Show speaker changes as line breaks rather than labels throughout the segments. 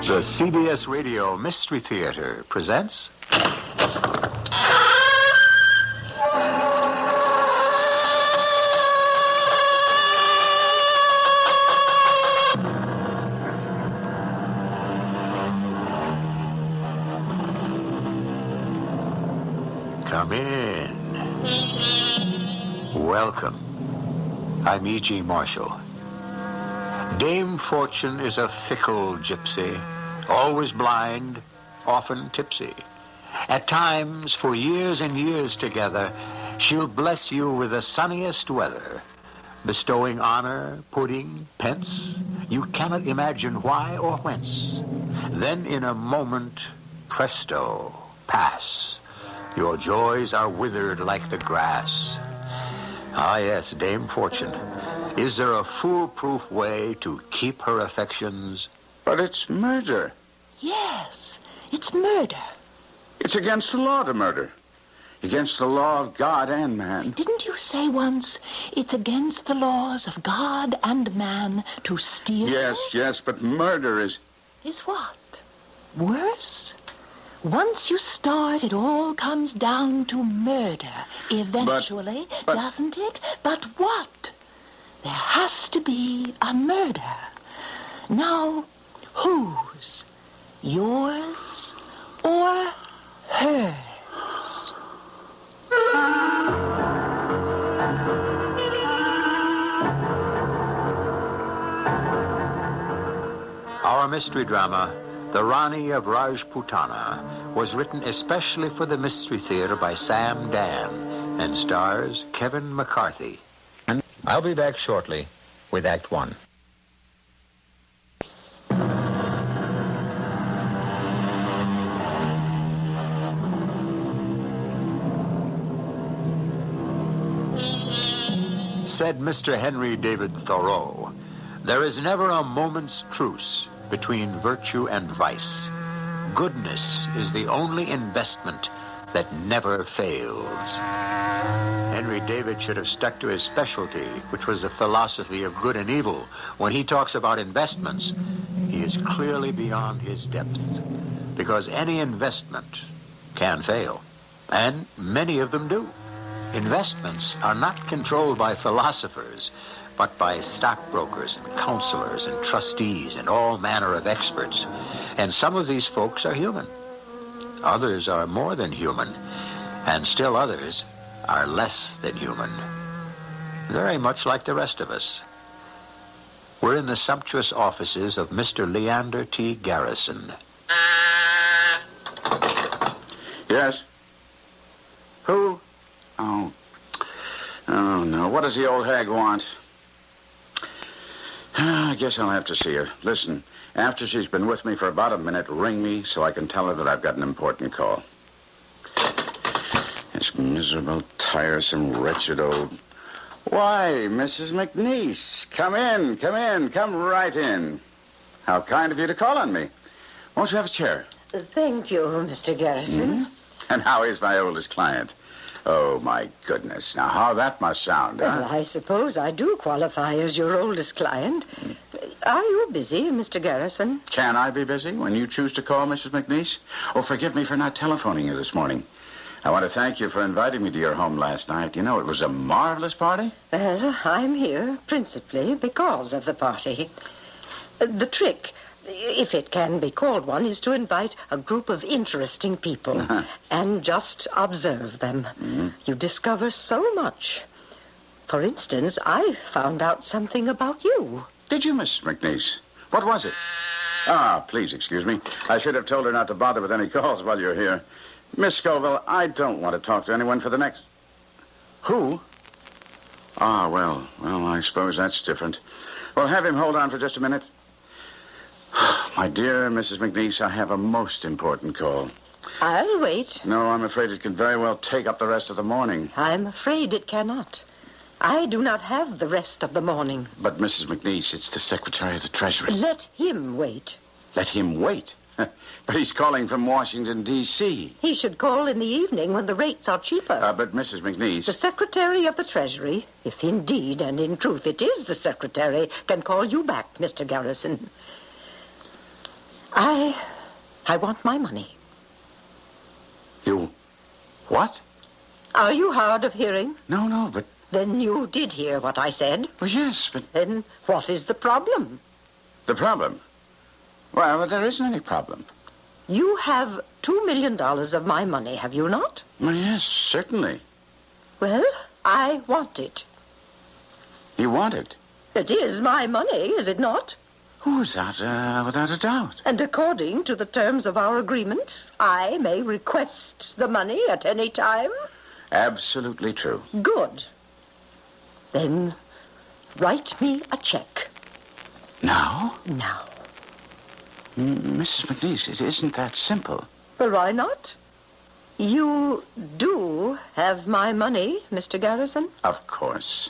The CBS Radio Mystery Theater presents. Come in. Welcome. I'm E.G. Marshall. Dame Fortune is a fickle gypsy, always blind, often tipsy. At times, for years and years together, she'll bless you with the sunniest weather, bestowing honor, pudding, pence. You cannot imagine why or whence. Then, in a moment, presto, pass. Your joys are withered like the grass. Ah, yes, Dame Fortune. Is there a foolproof way to keep her affections?
But it's murder.
Yes, it's murder.
It's against the law to murder. Against the law of God and man.
Didn't you say once it's against the laws of God and man to steal?
Yes, yes, but murder is.
Is what? Worse? Once you start, it all comes down to murder, eventually,
but-
doesn't it? But what? There has to be a murder. Now, whose? Yours or hers?
Our mystery drama, The Rani of Rajputana, was written especially for the Mystery Theater by Sam Dan and stars Kevin McCarthy. And I'll be back shortly with Act One. Said Mr. Henry David Thoreau, there is never a moment's truce between virtue and vice. Goodness is the only investment that never fails. Henry David should have stuck to his specialty, which was the philosophy of good and evil. When he talks about investments, he is clearly beyond his depth, because any investment can fail, and many of them do. Investments are not controlled by philosophers, but by stockbrokers and counselors and trustees and all manner of experts. And some of these folks are human. Others are more than human. And still others are less than human. Very much like the rest of us. We're in the sumptuous offices of Mr. Leander T. Garrison.
Yes. Who? Oh. Oh, no. What does the old hag want? I guess I'll have to see her. Listen, after she's been with me for about a minute, ring me so I can tell her that I've got an important call. This miserable, tiresome, wretched old. Why, Mrs. McNeese, come in, come in, come right in. How kind of you to call on me. Won't you have a chair?
Thank you, Mr. Garrison.
And how is my oldest client? Oh, my goodness. Now, how that must sound,
Well,
huh?
I suppose I do qualify as your oldest client. Are you busy, Mr. Garrison?
Can I be busy when you choose to call, Mrs. McNeese? Oh, forgive me for not telephoning you this morning. I want to thank you for inviting me to your home last night. You know, it was a marvelous party.
Well, I'm here principally because of the party. Uh, The trick, if it can be called one, is to invite a group of interesting people and just observe them. You discover so much. For instance, I found out something about you.
Did you, Miss McNeese? What was it? Ah, please excuse me. I should have told her not to bother with any calls while you're here. Miss Scoville, I don't want to talk to anyone for the next. Who? Ah, well, well, I suppose that's different. Well, have him hold on for just a minute. My dear Mrs. McNeese, I have a most important call.
I'll wait.
No, I'm afraid it can very well take up the rest of the morning.
I'm afraid it cannot. I do not have the rest of the morning.
But, Mrs. McNeese, it's the Secretary of the Treasury.
Let him wait.
Let him wait. but he's calling from Washington, D.C.
He should call in the evening when the rates are cheaper.
Uh, but, Mrs. McNeese.
the Secretary of the Treasury, if indeed and in truth it is the Secretary, can call you back, Mr. Garrison. I. I want my money.
You. What?
Are you hard of hearing?
No, no, but.
Then you did hear what I said.
Well, yes, but
Then what is the problem?
the problem. Well, there isn't any problem.
You have two million dollars of my money, have you not?
Well, yes, certainly.
Well, I want it.
You want it.
It is my money, is it not?
Without, uh, without a doubt.
And according to the terms of our agreement, I may request the money at any time?
Absolutely true.
Good. Then write me a check
Now?
now.
M- Mrs. McNeese, it isn't that simple.
Well, why not? You do have my money, Mr. Garrison.
Of course.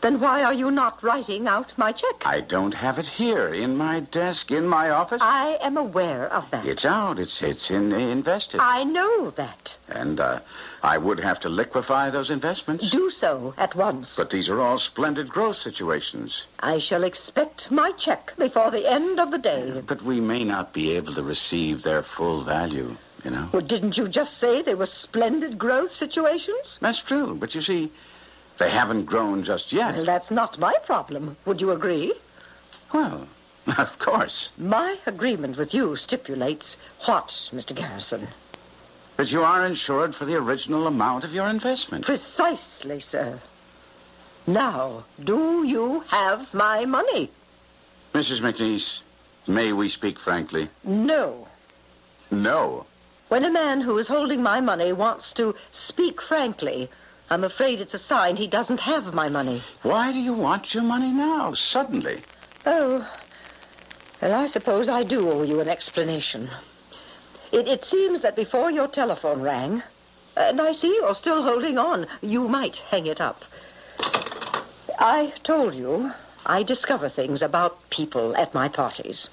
Then why are you not writing out my check?
I don't have it here, in my desk, in my office.
I am aware of that.
It's out. It's it's in, invested.
I know that.
And uh, I would have to liquefy those investments.
Do so at once.
But these are all splendid growth situations.
I shall expect my check before the end of the day.
But we may not be able to receive their full value, you know.
Well, didn't you just say they were splendid growth situations?
That's true. But you see, they haven't grown just yet.
Well, that's not my problem. Would you agree?
Well, of course.
My agreement with you stipulates what, Mr. Garrison?
But you are insured for the original amount of your investment.
Precisely, sir. Now, do you have my money?
Mrs. McNeese, may we speak frankly?
No.
No.
When a man who is holding my money wants to speak frankly, I'm afraid it's a sign he doesn't have my money.
Why do you want your money now, suddenly?
Oh, well, I suppose I do owe you an explanation. It, it seems that before your telephone rang, and I see you're still holding on, you might hang it up. I told you I discover things about people at my parties.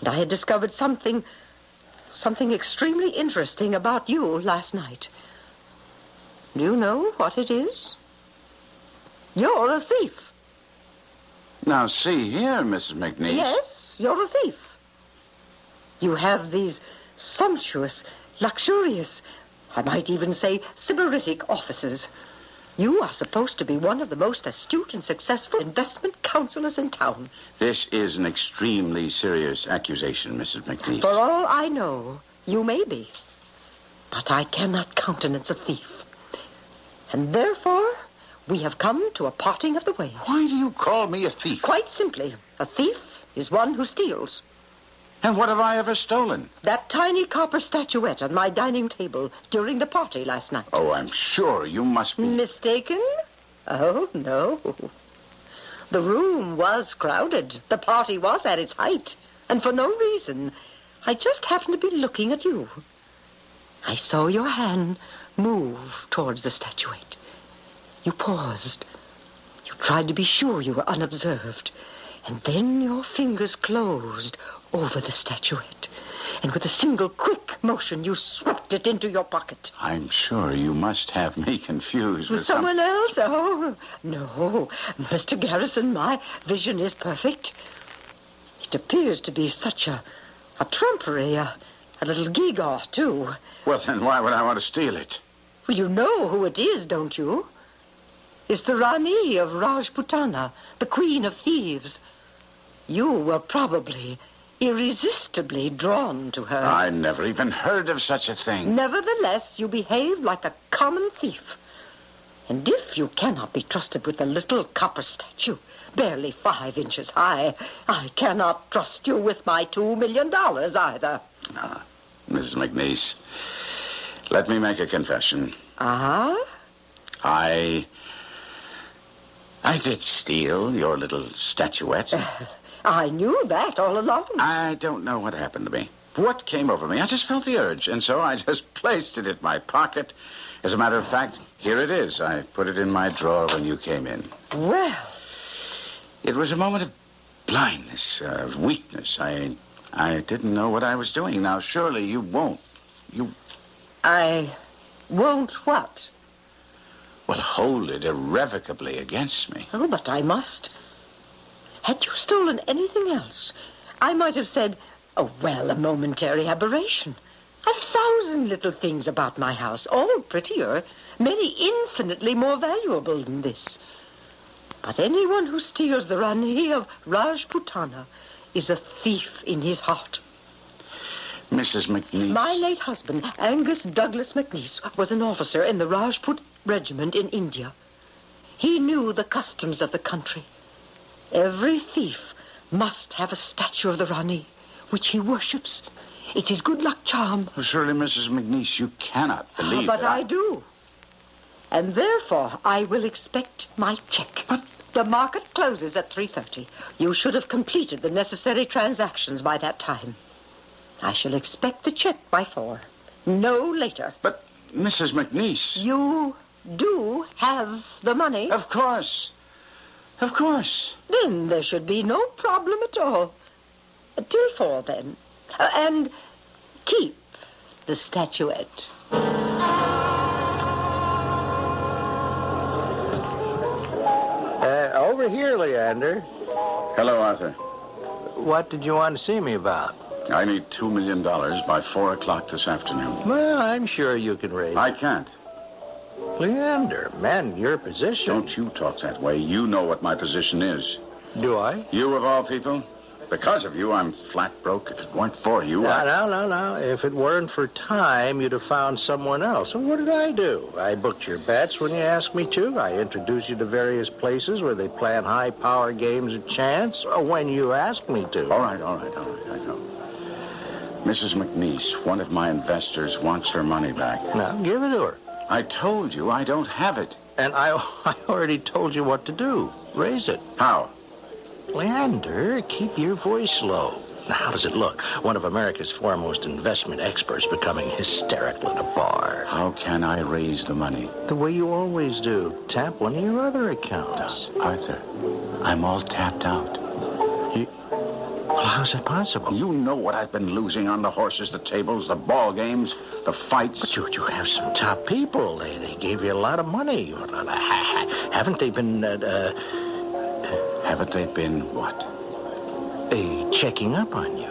And I had discovered something, something extremely interesting about you last night. Do you know what it is? You're a thief.
Now, see here, Mrs. McNeese.
Yes, you're a thief. You have these sumptuous, luxurious, I might even say sybaritic offices. You are supposed to be one of the most astute and successful investment counselors in town.
This is an extremely serious accusation, Mrs. McNeese.
For all I know, you may be. But I cannot countenance a thief. And therefore, we have come to a parting of the ways.
Why do you call me a thief?
Quite simply, a thief is one who steals.
And what have I ever stolen?
That tiny copper statuette on my dining table during the party last night.
Oh, I'm sure you must be.
Mistaken? Oh, no. The room was crowded. The party was at its height. And for no reason. I just happened to be looking at you. I saw your hand move towards the statuette. You paused. You tried to be sure you were unobserved. And then your fingers closed over the statuette. And with a single quick motion, you swept it into your pocket.
I'm sure you must have me confused with
With someone else? Oh, no. Mr. Garrison, my vision is perfect. It appears to be such a, a trumpery, a, a little gewgaw, too.
Some... Well, then why would I want to steal it?
Well, you know who it is, don't you? It's the Rani of Rajputana, the queen of thieves. You were probably irresistibly drawn to her.
I never even heard of such a thing.
Nevertheless, you behaved like a common thief. And if you cannot be trusted with a little copper statue, barely five inches high, I cannot trust you with my two million dollars either.
Mrs. McNeese, let me make a confession.
Ah?
I. I did steal your little statuette.
I knew that all along.
I don't know what happened to me. What came over me? I just felt the urge, and so I just placed it in my pocket. As a matter of fact, here it is. I put it in my drawer when you came in.
Well,
It was a moment of blindness, uh, of weakness. I, I didn't know what I was doing. Now, surely you won't.
I won't what?
Well, hold it irrevocably against me.
Oh, but I must. Had you stolen anything else, I might have said, oh, well, a momentary aberration. A thousand little things about my house, all prettier, many infinitely more valuable than this. But anyone who steals the Rani of Rajputana is a thief in his heart.
Mrs. McNeese.
My late husband, Angus Douglas McNeice, was an officer in the Rajput regiment in India. He knew the customs of the country. Every thief must have a statue of the Rani, which he worships. It's his good luck charm.
Well, surely, Mrs. McNeese, you cannot believe
but
that
I do. And therefore, I will expect my check. But the market closes at 3.30. You should have completed the necessary transactions by that time. I shall expect the check by four. No later.
But, Mrs. McNeese.
You do have the money.
Of course. Of course.
Then there should be no problem at all. Till four, then. Uh, and keep the statuette.
Uh, over here, Leander.
Hello, Arthur.
What did you want to see me about?
I need $2 million by 4 o'clock this afternoon.
Well, I'm sure you can raise.
I can't.
Leander, man, your position.
Don't you talk that way. You know what my position is.
Do I?
You, of all people? Because of you, I'm flat broke. If it weren't for you,
No,
I...
no, no, no. If it weren't for time, you'd have found someone else. So what did I do? I booked your bets when you asked me to. I introduced you to various places where they plan high power games of chance uh, when you asked me to.
All right, all right, all right. I know. Mrs. McNeese, one of my investors, wants her money back.
Now, give it to her.
I told you I don't have it.
And I, I already told you what to do. Raise it.
How?
Leander, keep your voice low. Now, how does it look? One of America's foremost investment experts becoming hysterical in a bar.
How can I raise the money?
The way you always do. Tap one of your other accounts.
Arthur, I'm all tapped out.
Well, how's that possible?
You know what I've been losing on the horses, the tables, the ball games, the fights.
But you, you have some top people. They, they gave you a lot of money. Haven't they been uh,
Haven't they been what?
uh, uh, checking up on you?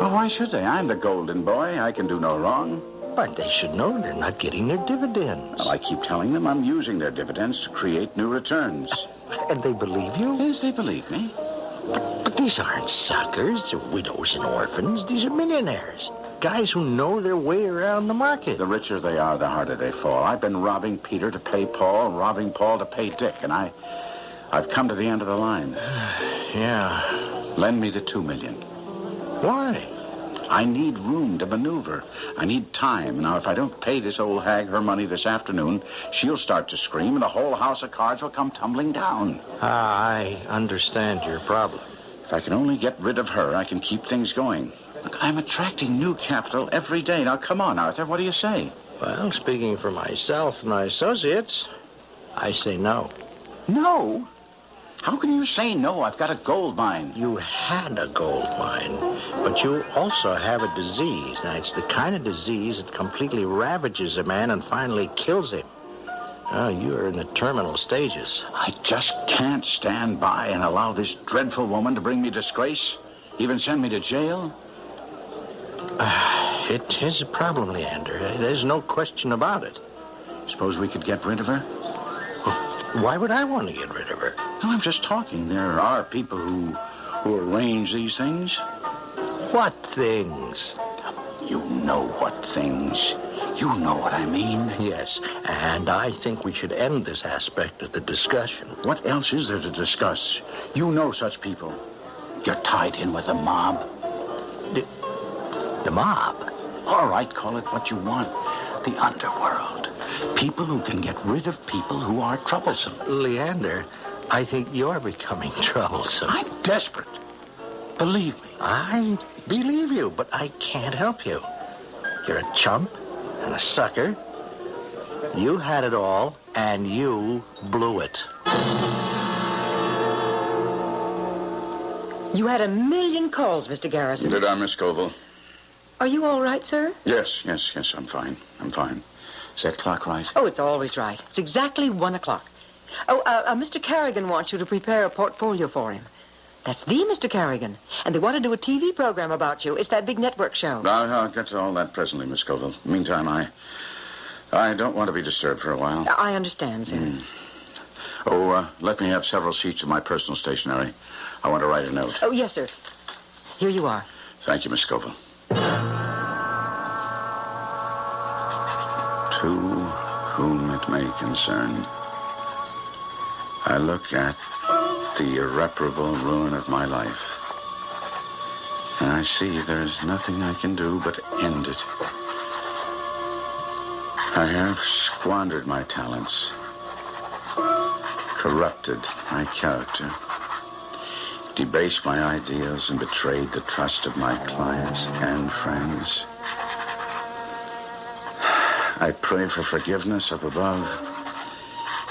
Well, why should they? I'm the golden boy. I can do no wrong.
But they should know they're not getting their dividends.
Well, I keep telling them I'm using their dividends to create new returns.
And they believe you?
Yes, they believe me.
But these aren't suckers. They're widows and orphans. These are millionaires. Guys who know their way around the market.
The richer they are, the harder they fall. I've been robbing Peter to pay Paul, robbing Paul to pay Dick, and I, I've come to the end of the line.
Yeah.
Lend me the two million.
Why?
I need room to maneuver. I need time. Now, if I don't pay this old hag her money this afternoon, she'll start to scream, and the whole house of cards will come tumbling down.
Ah, I understand your problem.
If I can only get rid of her, I can keep things going. Look, I'm attracting new capital every day. Now, come on, Arthur. What do you say?
Well, speaking for myself and my associates, I say no.
No. How can you say no? I've got a gold mine.
You had a gold mine, but you also have a disease. Now, it's the kind of disease that completely ravages a man and finally kills him. Oh, you're in the terminal stages.
I just can't stand by and allow this dreadful woman to bring me disgrace, even send me to jail.
It is a problem, Leander. There's no question about it.
Suppose we could get rid of her?
Why would I want to get rid of her?
No, I'm just talking. There are people who who arrange these things.
What things?
You know what things. You know what I mean.
Yes, and I think we should end this aspect of the discussion.
What else is there to discuss? You know such people. You're tied in with the mob.
The mob.
All right, call it what you want. The underworld. People who can get rid of people who are troublesome.
Leander, I think you're becoming troublesome.
I'm desperate. Believe me.
I believe you, but I can't help you. You're a chump and a sucker. You had it all, and you blew it.
You had a million calls, Mr. Garrison.
Did I, Miss Scoville?
Are you all right, sir?
Yes, yes, yes, I'm fine. I'm fine. Is that clock right?
Oh, it's always right. It's exactly one o'clock. Oh, uh, uh, Mr. Carrigan wants you to prepare a portfolio for him. That's the Mr. Carrigan. And they want to do a TV program about you. It's that big network show.
I'll, I'll get to all that presently, Miss Scoville. Meantime, I. I don't want to be disturbed for a while.
I understand, sir.
Oh, uh, let me have several sheets of my personal stationery. I want to write a note.
Oh, yes, sir. Here you are.
Thank you, Miss Scoville. To whom it may concern, I look at the irreparable ruin of my life. And I see there is nothing I can do but end it. I have squandered my talents, corrupted my character, debased my ideals, and betrayed the trust of my clients and friends. I pray for forgiveness up above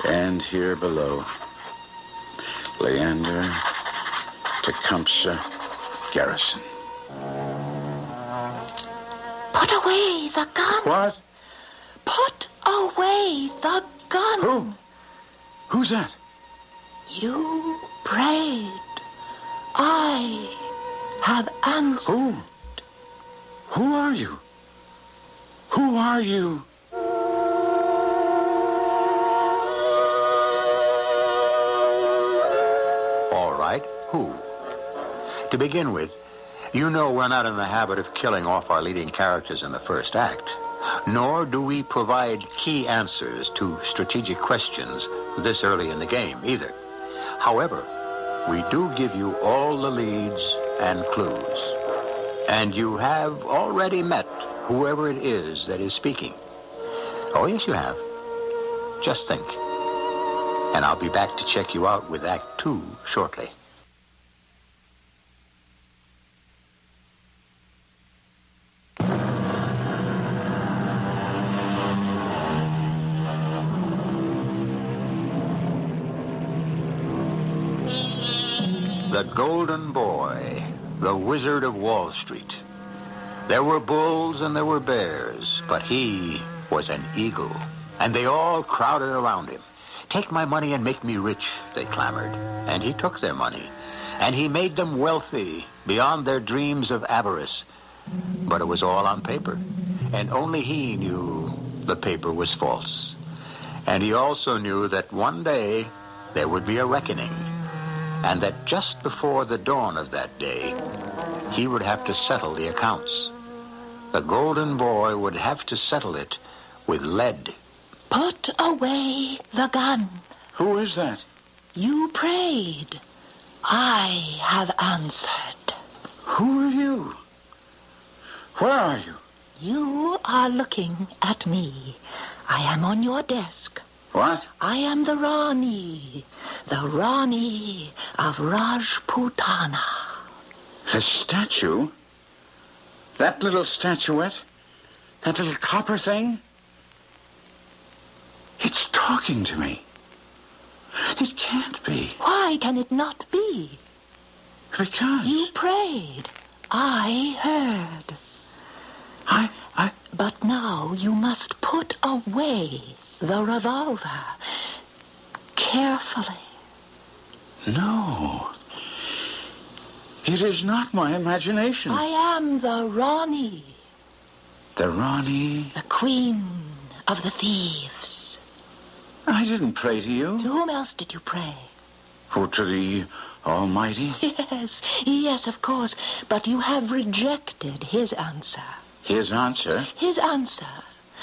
and here below. Leander Tecumseh Garrison.
Put away the gun.
What?
Put away the gun.
Who? Who's that?
You prayed. I have answered.
Who? Who are you? Who are you?
All right, who? To begin with, you know we're not in the habit of killing off our leading characters in the first act, nor do we provide key answers to strategic questions this early in the game either. However, we do give you all the leads and clues. And you have already met whoever it is that is speaking. Oh, yes, you have. Just think. And I'll be back to check you out with Act Two shortly. The Golden Boy, the Wizard of Wall Street. There were bulls and there were bears, but he was an eagle, and they all crowded around him. Take my money and make me rich, they clamored. And he took their money, and he made them wealthy beyond their dreams of avarice. But it was all on paper, and only he knew the paper was false. And he also knew that one day there would be a reckoning, and that just before the dawn of that day, he would have to settle the accounts. The golden boy would have to settle it with lead.
Put away the gun.
Who is that?
You prayed. I have answered.
Who are you? Where are you?
You are looking at me. I am on your desk.
What?
I am the Rani, the Rani of Rajputana.
A statue? That little statuette? That little copper thing? It's talking to me. It can't be.
Why can it not be?
Because
You prayed. I heard.
I, I,
But now you must put away the revolver. Carefully.
no. It is not my imagination.
I am the Rani,
The Ronnie.
the queen of the thieves.
I didn't pray to you.
To whom else did you pray?
Oh, to the Almighty?
Yes, yes, of course. But you have rejected his answer.
His answer?
His answer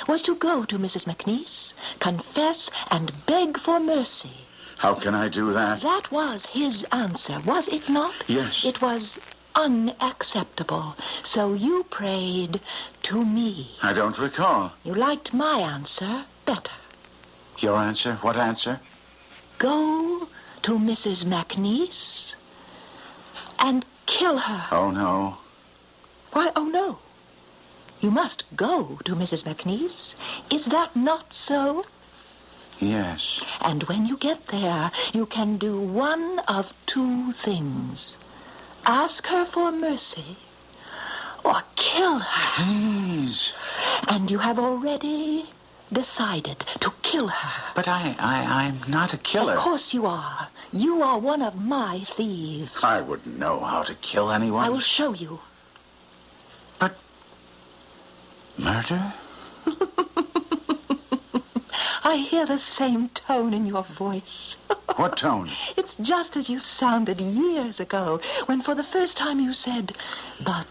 was to go to Mrs. McNeese, confess, and beg for mercy.
How can I do that?
That was his answer, was it not?
Yes.
It was unacceptable. So you prayed to me.
I don't recall.
You liked my answer better.
Your answer? What answer?
Go to Mrs. McNeese and kill her.
Oh, no.
Why, oh no. You must go to Mrs. McNeese. Is that not so?
Yes.
And when you get there, you can do one of two things ask her for mercy or kill her.
Please.
And you have already decided to kill her.
But I, I, I'm not a killer.
Of course you are. You are one of my thieves.
I wouldn't know how to kill anyone.
I will show you.
But murder?
I hear the same tone in your voice.
What tone?
It's just as you sounded years ago when for the first time you said, but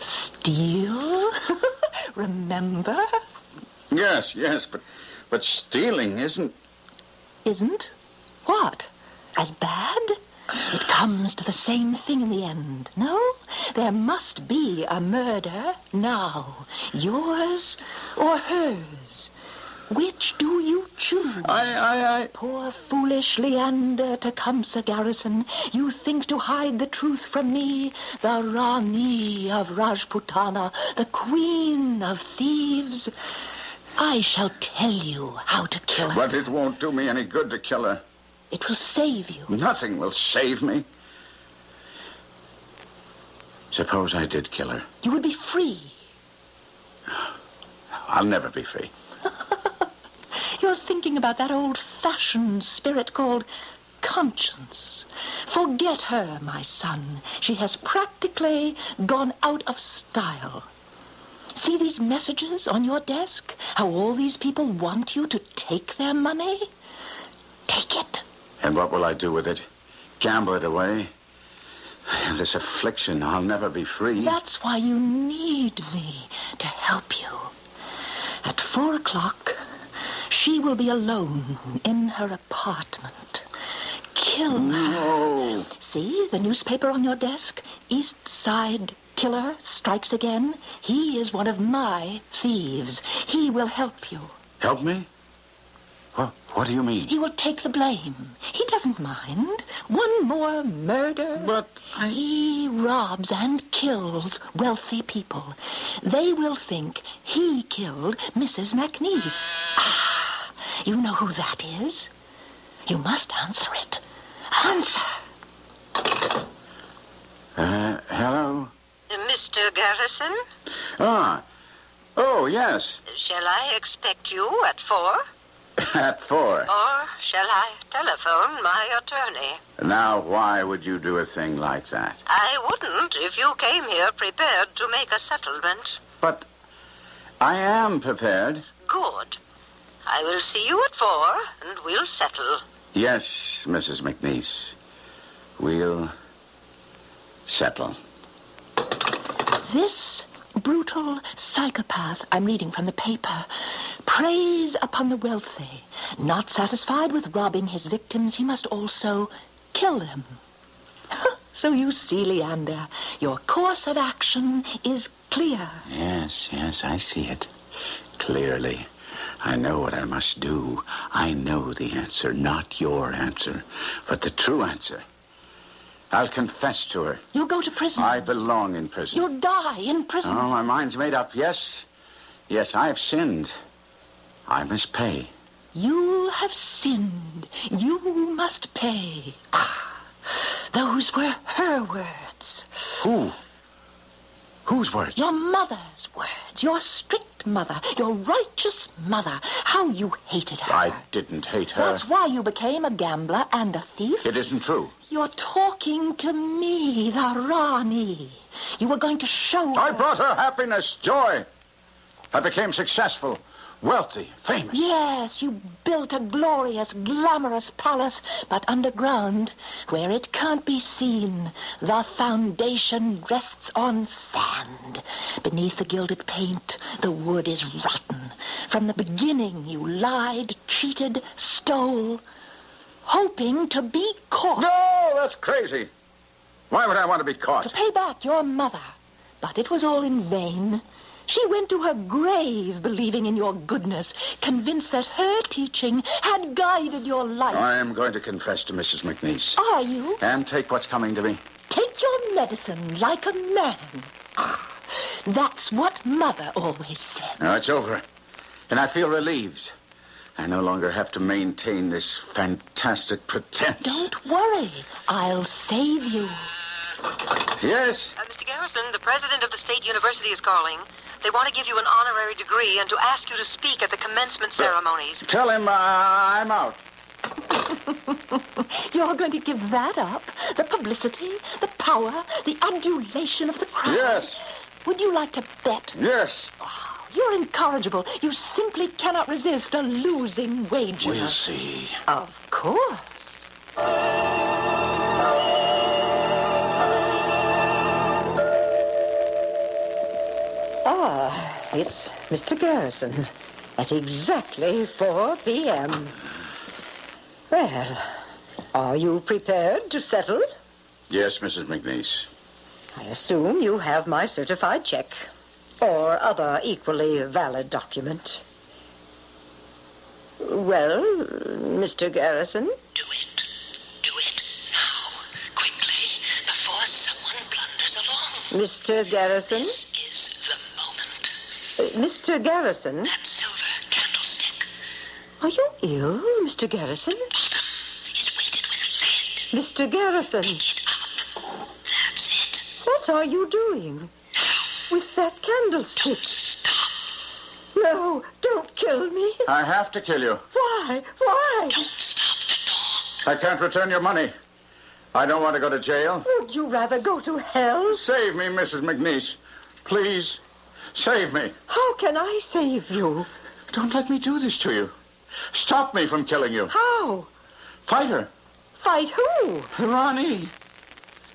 steal? Remember?
yes, yes, but but stealing isn't.
Isn't? What? As bad? It comes to the same thing in the end. No? There must be a murder now. Yours or hers? Which do you choose?
I, I, I.
Poor foolish Leander Tecumseh Garrison, you think to hide the truth from me, the Rani of Rajputana, the queen of thieves. I shall tell you how to kill her.
But it won't do me any good to kill her.
It will save you.
Nothing will save me. Suppose I did kill her.
You would be free.
I'll never be free.
You're thinking about that old-fashioned spirit called conscience. Forget her, my son. She has practically gone out of style. See these messages on your desk? How all these people want you to take their money? Take it.
And what will I do with it? Gamble it away? This affliction, I'll never be free.
That's why you need me to help you. At four o'clock, she will be alone in her apartment. Kill her.
No.
See the newspaper on your desk? East Side Killer strikes again. He is one of my thieves. He will help you.
Help me? What, what do you mean?
He will take the blame. He doesn't mind. One more murder.
But I-
He robs and kills wealthy people. They will think he killed Mrs. McNeese. Ah, you know who that is? You must answer it. Answer.
Uh, hello?
Mr. Garrison,
Ah. Oh, yes.
shall I expect you at four?
At four.
Or shall I telephone my attorney?
Now, why would you do a thing like that?
I wouldn't if you came here prepared to make a settlement.
But I am prepared.
Good. I will see you at four, and we'll settle.
Yes, Mrs. McNeese. We'll settle.
This brutal psychopath I'm reading from the paper preys upon the wealthy. Not satisfied with robbing his victims, he must also kill them. so you see, Leander, your course of action is clear.
Yes, yes, I see it. Clearly. I know what I must do. I know the answer, not your answer, but the true answer. I'll confess to her.
You'll go to prison.
I belong in prison.
You'll die in prison.
Oh, my mind's made up. Yes. Yes, I've sinned. I must pay.
You have sinned. You must pay. Ah, those were her words.
Who? Whose words?
Your mother's words, your strict mother, your righteous mother. How you hated her.
I didn't hate her.
That's why you became a gambler and a thief.
It isn't true.
You're talking to me, the Rani. You were going to show
I
her.
brought her happiness, joy. I became successful. wealthy, famous.
Yes, you built a glorious, glamorous palace, but underground, where it can't be seen, the foundation rests on sand. Beneath the gilded paint, the wood is rotten. From the beginning, you lied, cheated, stole, hoping to be caught
No, that's crazy. Why would I want to be
to
caught?
pay back your mother. But it was all in vain. She went to her grave believing in your goodness, convinced that her teaching had guided your life.
I am going to confess to Mrs. McNeese
Are you?
and take what's coming to me.
Take your medicine like a man. Ah, That's what mother always said.
Now it's over, and I feel relieved. I no longer have to maintain this fantastic pretense.
Don't worry, I'll save you.
Yes,
Uh, Mr. Garrison, the president of the State University is calling. They want to give you an honorary degree and to ask you to speak at the commencement ceremonies.
tell him uh, I'm out.
You're going to give that up? The publicity, the power, the adulation of the crowd?
Yes.
Would you like to bet?
Yes.
You're incorrigible. You simply cannot resist a losing wager.
Uh-huh.
We'll see.
Of course.
Ah, it's Mr. Garrison at exactly 4 p.m. Well, are you prepared to settle?
Yes, Mrs. McNeese.
I assume you have my certified check or other equally valid document. Well, Mr. Garrison,
Do it. Do it now. Quickly, before someone blunders along.
Mr. Garrison,
is the
uh,
moment.
Mr. Garrison,
That silver candlestick
are you ill, Mr. Garrison?
is weighted with lead.
Mr. Garrison,
It up. That's it.
what are you doing with that candlestick?
Stop.
No, don't kill me.
I have to kill you.
Why? Why?
Stop the door.
I can't return your money. I don't want to go to jail.
Would you rather go to hell?
Save me, Mrs. McNeese. Please, save me.
How can I save you?
Don't let me do this to you. Stop me from killing you.
How?
Fight her.
Fight who?
The Rani.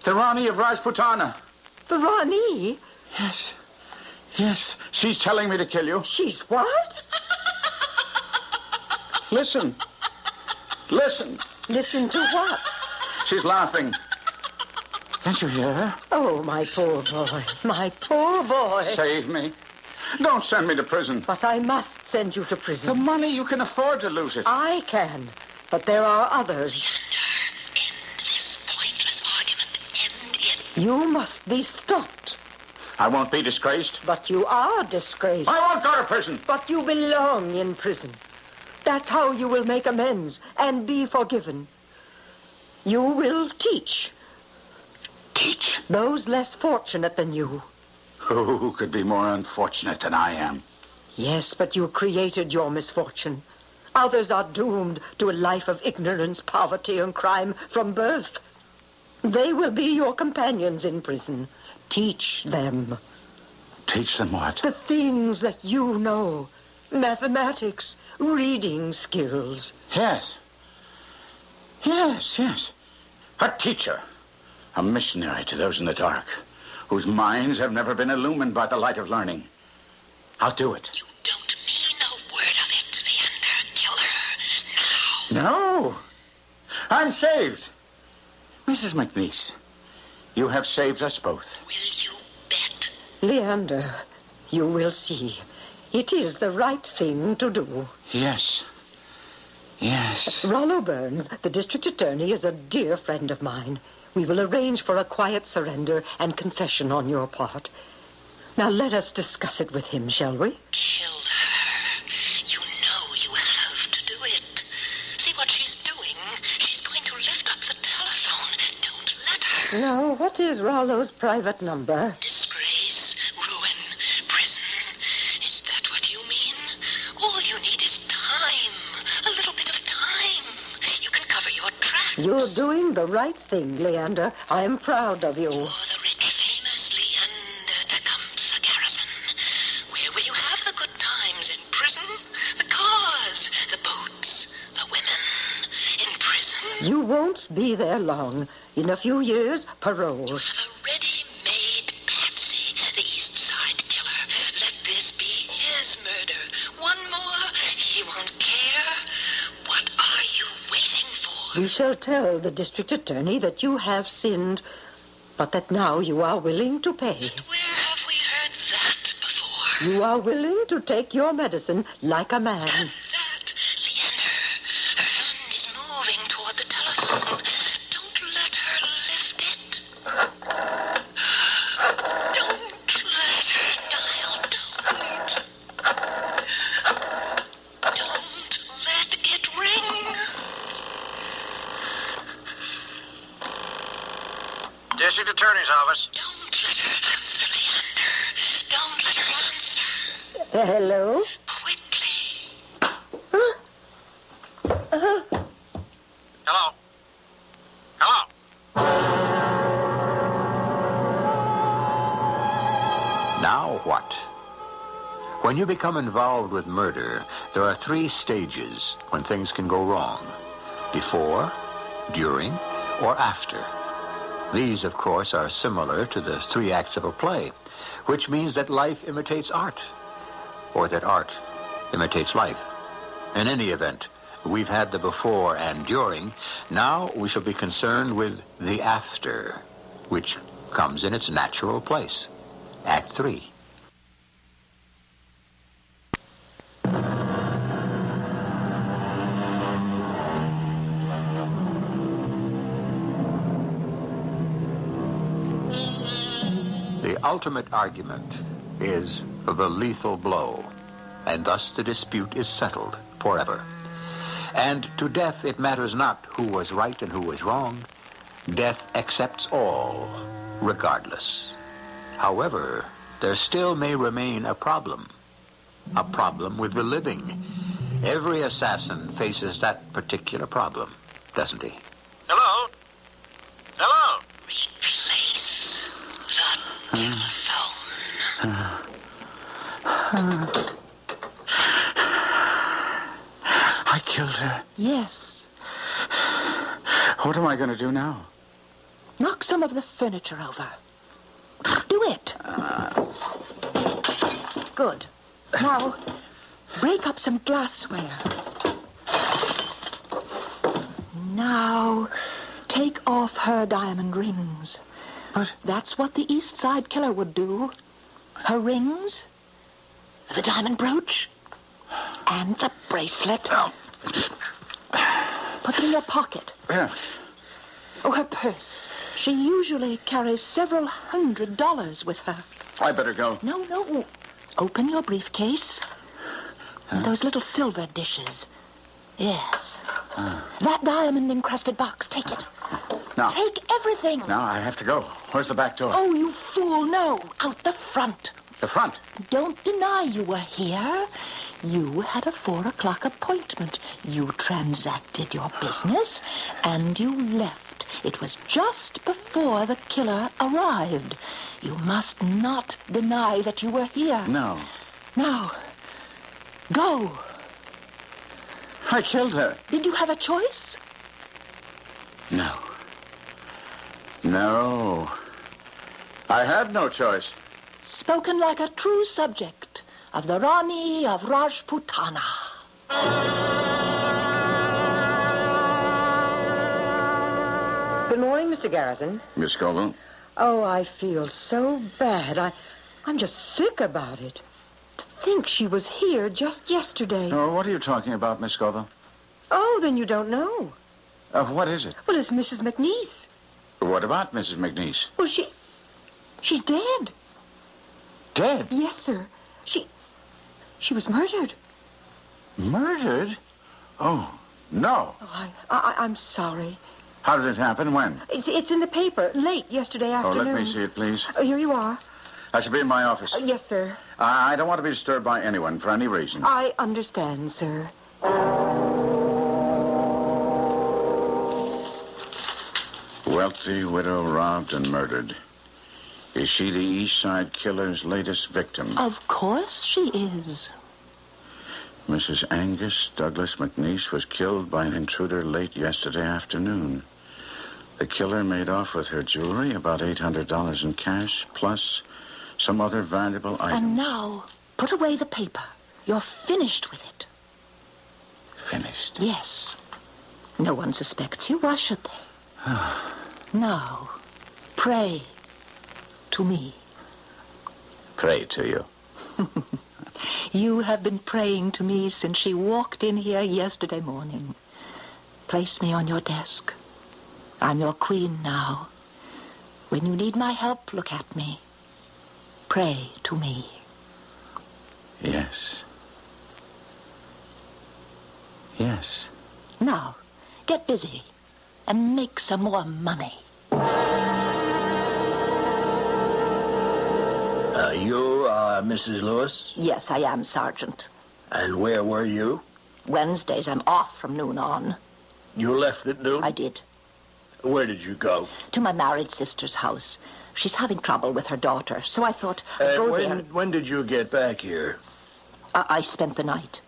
The Rani of Rajputana.
The Rani?
Yes. Yes. She's telling me to kill you.
She's what?
Listen. Listen.
Listen to what?
She's laughing. Can't you hear her?
Oh, my poor boy. My poor boy.
Save me. Don't send me to prison.
But I must send you to prison.
The money, you can afford to lose it.
I can. But there are others.
End this pointless argument. End it.
You must be stopped.
I won't be disgraced.
But you are disgraced.
I won't go to prison.
But you belong in prison. That's how you will make amends and be forgiven. You will teach. Teach? Those less fortunate than you.
Who could be more unfortunate than I am?
Yes, but you created your misfortune. Others are doomed to a life of ignorance, poverty, and crime from birth. They will be your companions in prison. Teach them.
Teach them what?
The things that you know mathematics, reading skills.
Yes. Yes, yes. A teacher. A missionary to those in the dark, whose minds have never been illumined by the light of learning. I'll do it.
Don't mean a word of it, Leander. Kill her now.
No. I'm saved. Mrs. McNeese, you have saved us both.
Will you bet?
Leander, you will see. It is the right thing to do.
Yes. Yes.
Rollo Burns, the district attorney, is a dear friend of mine. We will arrange for a quiet surrender and confession on your part. Now let us discuss it with him, shall we?
Kill her. You know you have to do it. See what she's doing? She's going to lift up the telephone. Don't let her.
No, what is Rollo's private number?
Disgrace, ruin, prison. Is that what you mean? All you need is time. A little bit of time. You can cover your tracks.
You're doing the right thing, Leander. I am proud of you.
Or the rich, famous Leander Tecumseh Garrison. Where will you have the good times? In prison?
You won't be there long. In a few years, parole.
A ready-made patsy, the East Side killer. Let this be his murder. One more, he won't care. What are you waiting for?
You
Hmm.
shall tell the district attorney that you have sinned, but that now you are willing to pay.
Where have we heard that before?
You are willing to take your medicine like a man.
That, Leander. Her hand is moving toward the telephone. Don't let her lift it. Don't let her dial. Don't. Don't let it ring.
District Attorney's Office.
Don't let her answer, Leander. Don't let her answer.
Hello?
Quickly.
Hello. Hello.
Now what? When you become involved with murder, there are three stages when things can go wrong before, during, or after. These, of course, are similar to the three acts of a play, which means that life imitates art, or that art imitates life. In any event, we've had the before and during. Now we shall be concerned with the after, which comes in its natural place. Act three. The ultimate argument is the lethal blow, and thus the dispute is settled forever. And to death it matters not who was right and who was wrong. Death accepts all, regardless. However, there still may remain a problem. A problem with the living. Every assassin faces that particular problem, doesn't he?
Hello. Hello.
Replace the telephone.
I killed her.
Yes.
What am I going to do now?
Knock some of the furniture over. Do it. Good. Now, break up some glassware. Now, take off her diamond rings.
But-
That's what the East Side Killer would do. Her rings, the diamond brooch, and the bracelet. Put them in your pocket.
Yeah.
Oh, her purse. She usually carries several hundred dollars with her.
I better go.
No, no. Open your briefcase. Those little silver dishes. Yes. That diamond encrusted box. Take it.
Ah. Now.
Take everything.
Now I have to go. Where's the back door?
Oh, you fool. No. Out the front.
The front.
Don't deny you were here. You had a four o'clock appointment. You transacted your business and you left. It was just before the killer arrived. You must not deny that you were here.
No.
Now, go.
I killed her.
Did you have a choice?
No. No. I had no choice.
Spoken like a true subject of the Rani of Rajputana.
Good morning, Mr. Garrison.
Miss Scoville?
Oh, I feel so bad. I, I'm just sick about it. To think she was here just yesterday.
No, what are you talking about, Miss Scoville?
Oh, then you don't know.
Uh, what is it?
Well, it's Mrs. McNeese.
What about Mrs. McNeese?
Well, she, she's dead.
Dead?
Yes, sir. She, she was murdered.
Murdered? Oh, no.
Oh, I, I, I'm sorry.
How did it happen? When?
It's, it's in the paper late yesterday
Oh,
afternoon.
let me see it, please.
Oh, here you are.
I should be in my office.
Uh, yes, sir.
I, I don't want to be disturbed by anyone for any reason.
I understand, sir.
Wealthy widow robbed and murdered. Is she the East Side Killer's latest victim?
Of course she is.
Mrs. Angus Douglas McNeese was killed by an intruder late yesterday afternoon. The killer made off with her jewelry, about $800 in cash, plus some other valuable
And
items.
now, put away the paper. You're finished with it.
Finished.
Yes. No one suspects you. Why should they? now, pray to me.
Pray to you.
You have been praying to me since she walked in here yesterday morning. Place me on your desk. I'm your queen now. When you need my help, look at me. Pray to me.
Yes. Yes.
Now, get busy and make some more money.
Uh, you are Mrs. Lewis,
Yes, I am, Sergeant.
and where were you?
Wednesdays I'm off from noon on.
You left at noon?
I did.
Where did you go?
To my married sister's house. She's having trouble with her daughter, so I thought,
Uh,
go
when,
there.
when did you get back here?
I-, I spent the night.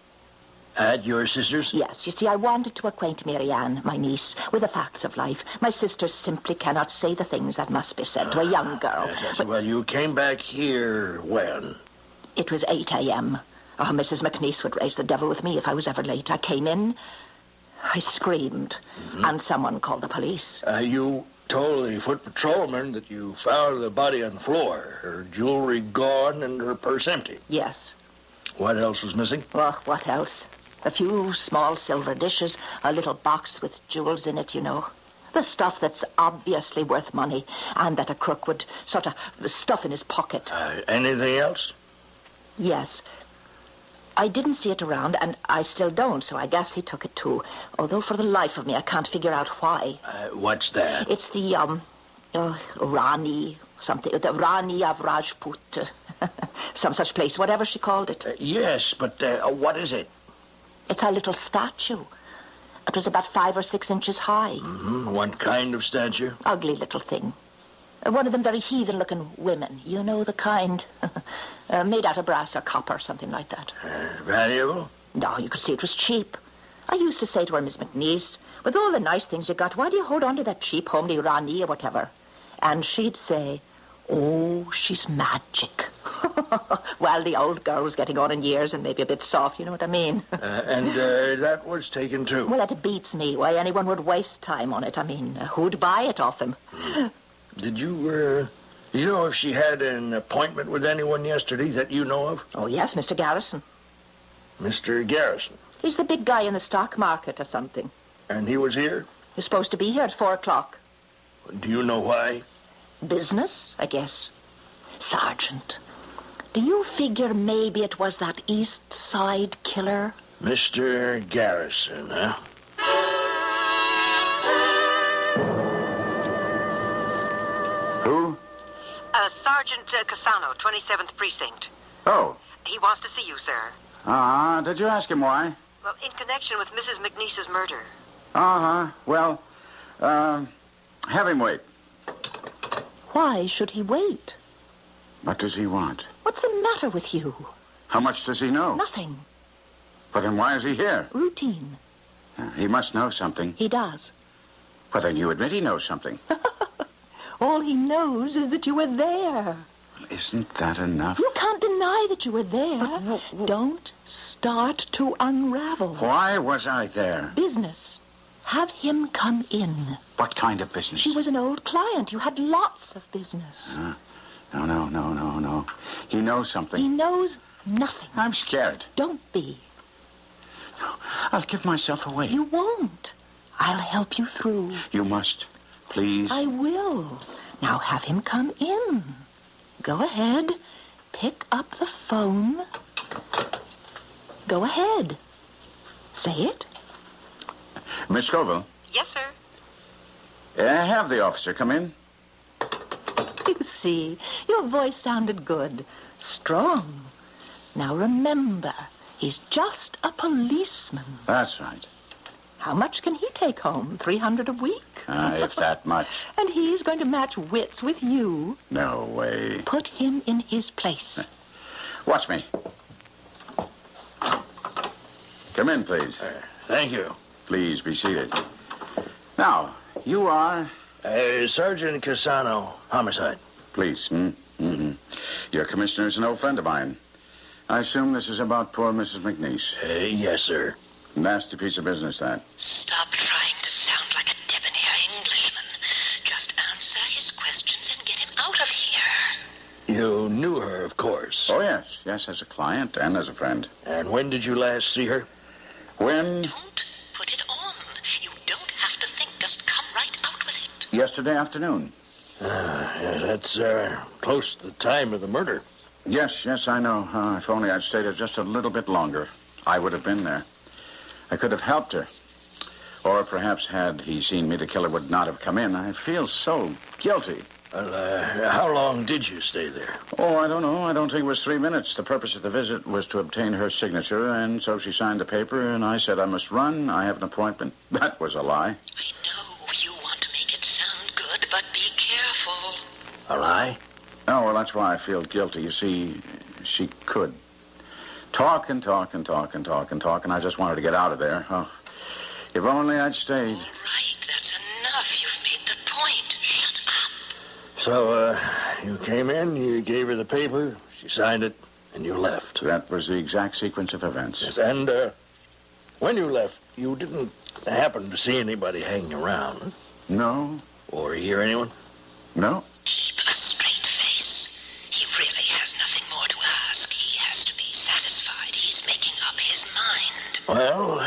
At your sister's?
Yes, you see, I wanted to acquaint Mary Ann, my niece, with the facts of life. My sister simply cannot say the things that must be said to a young girl.
Yes, yes. Well, you came back here when?
It was 8 a.m. Oh, Mrs. McNeese would raise the devil with me if I was ever late. I came in, I screamed,
Mm-hmm.
and someone called the police.
Uh, you told the foot patrolman that you found the body on the floor, her jewelry gone and her purse empty.
Yes.
What else was missing?
Well, what else? A few small silver dishes, a little box with jewels in it, you know. The stuff that's obviously worth money, and that a crook would sort of stuff in his pocket.
Uh, anything else?
Yes. I didn't see it around, and I still don't, so I guess he took it too. Although for the life of me, I can't figure out why.
Uh, what's that?
It's the, um, oh, Rani, something, the Rani of Rajput, uh, some such place, whatever she called it.
Uh, yes, but uh, what is it?
It's her little statue. It was about five or six inches high.
Hmm, what kind of statue?
Ugly little thing. Uh, One of them very heathen looking women. You know the kind. uh, made out of brass or copper, something like that.
Uh, valuable?
No, you could see it was cheap. I used to say to her, Miss McNeese, with all the nice things you got, why do you hold on to that cheap homely Rani or whatever? And she'd say, Oh, she's magic. well, the old girl was getting on in years and maybe a bit soft, you know what I mean?
Uh, and uh, that was taken too.
well, that beats me why anyone would waste time on it. I mean, who'd buy it off him?
Did you, uh, you know if she had an appointment with anyone yesterday that you know of?
Oh, yes, Mr. Garrison.
Mr. Garrison.
He's the big guy in the stock market or something.
And he was here?
You're supposed to be here at four o'clock.
Do you know why?
Business, I guess. Sergeant, do you figure maybe it was that East Side killer?
Mr. Garrison, huh?
Who?
Uh, Sergeant uh, Casano, 27th Precinct.
Oh.
He wants to see you, sir.
Uh-huh. Did you ask him why?
Well, in connection with Mrs. McNeese's murder.
Uh-huh. Well, um, have him wait.
Why should he wait?
What does he want?
What's the matter with you?
How much does he know?
Nothing.
But then why is he here?
Routine.
Uh, He must know something.
He does.
Well, then you admit he knows something.
All he knows is that you were there.
Isn't that enough?
You can't deny that you were there. Don't start to unravel.
Why was I there?
Business. Have him come in.
What kind of business?
She was an old client. You had lots of business.
No, no, no, no, no. He knows
He
something.
knows nothing.
I'm scared.
Don't be.
I'll give myself away.
You won't. I'll help you through.
You must. Please.
I will. Now have him come in. Go ahead. Pick up the phone. Go ahead. Say it.
Miss Scoville,
Yes, sir.
uh, have the officer come in.
You see, your voice sounded good. Strong. Now remember, he's just a policeman.
That's right.
How much can he take home? 300 a week?
Uh, if that much.
And he's going to match wits with you.
No way.
Put him in his place.
Watch me. Come in, please.
Thank you.
Please be seated. Now, you are.
Uh, Sergeant Cassano, homicide.
Please. Hmm? hmm Your commissioner is an old friend of mine. I assume this is about poor Mrs. McNeese.
Uh, yes, sir.
Nasty piece of business, that.
Stop trying to sound like a debonair Englishman. Just answer his questions and get him out of here.
You knew her, of course.
Oh, yes. Yes, as a client and as a friend.
And when did you last see her?
When?
Don't put it on. You don't have to think. Just come right out with it.
Yesterday afternoon.
Ah, yeah, that's uh, close to the time of the murder.
Yes, yes, I know. Uh, if only I'd stayed here just a little bit longer, I would have been there. I could have helped her. Or perhaps had he seen me, the killer would not have come in. I feel so guilty.
Well, uh, how long did you stay there?
Oh, I don't know. I don't think it was three minutes. The purpose of the visit was to obtain her signature, and so she signed the paper, and I said I must run. I have an appointment. That was a lie.
I know you want to make it sound good, but be careful.
A lie?
Oh, well, that's why I feel guilty. You see, she could. Talk and talk and talk and talk and talk, and I just wanted to get out of there. Oh, if only I'd stayed.
All right, that's enough. You've made the point. Shut up.
So, uh, you came in, you gave her the paper, she signed it, and you left.
That was the exact sequence of events.
Yes, and, uh, when you left, you didn't happen to see anybody hanging around
No,
or hear anyone?
no.
Keep a straight face. He really has nothing more to ask. He has to be satisfied. He's making up his mind.
Well,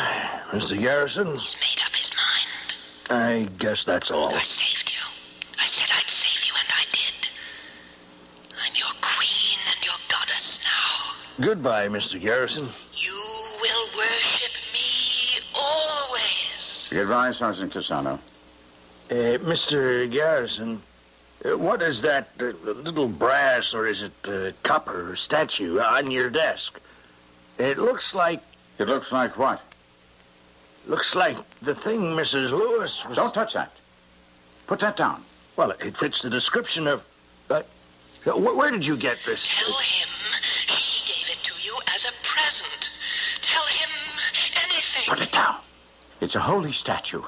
Mr. Garrison,
He's made up his mind.
I guess that's
Oh.
all.
I saved you. I said I'd save you, and I did. I'm your queen and your goddess now.
Goodbye, Mr. Garrison.
You will worship me always.
Goodbye, Sergeant Cassano.
Uh, Mr. Garrison, uh, what is that uh, little brass or is it uh, copper statue on your desk? It looks like
It looks like what?
looks like the thing Mrs. Lewis was.
Don't touch that. Put that down.
Well, it fits the description of. Uh, wh- where did you get this?
Tell him she gave it to you as a present. Tell him anything.
Put it down. It's a holy statue.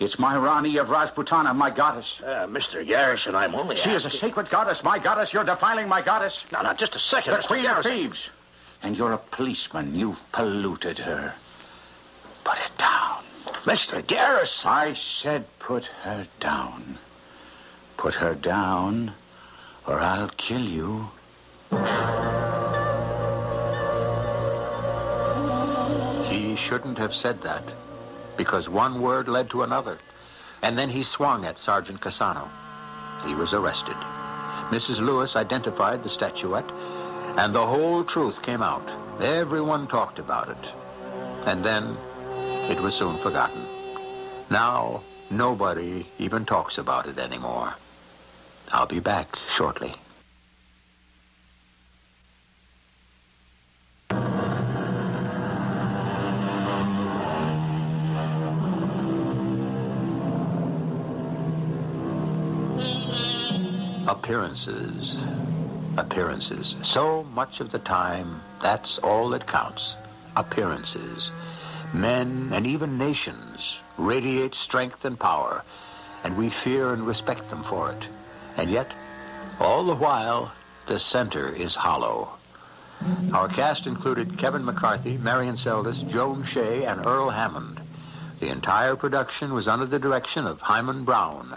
It's my Rani of Rajputana, my goddess.
Uh, Mr. Garrison, I'm only.
She is a sacred goddess, my goddess. You're defiling my goddess.
Now, now, just a second.
The
Mr.
queen of
Garrison.
thieves. And you're a policeman. You've polluted her. Put it down.
Mr. Garrison.
I said put her down. Put her down, or I'll kill you.
He shouldn't have said that, because one word led to another. And then he swung at Sergeant Cassano. He was arrested. Mrs. Lewis identified the statuette, and the whole truth came out. Everyone talked about it. And then it was soon forgotten. Now, nobody even talks about it anymore. I'll be back shortly. Appearances. Appearances. So much of the time, that's all that counts. Appearances. Men and even nations radiate strength and power, and we fear and respect them for it. And yet, all the while, the center is hollow. Our cast included Kevin McCarthy, Marion Seldes, Joan Shea, and Earl Hammond. The entire production was under the direction of Hyman Brown.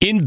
In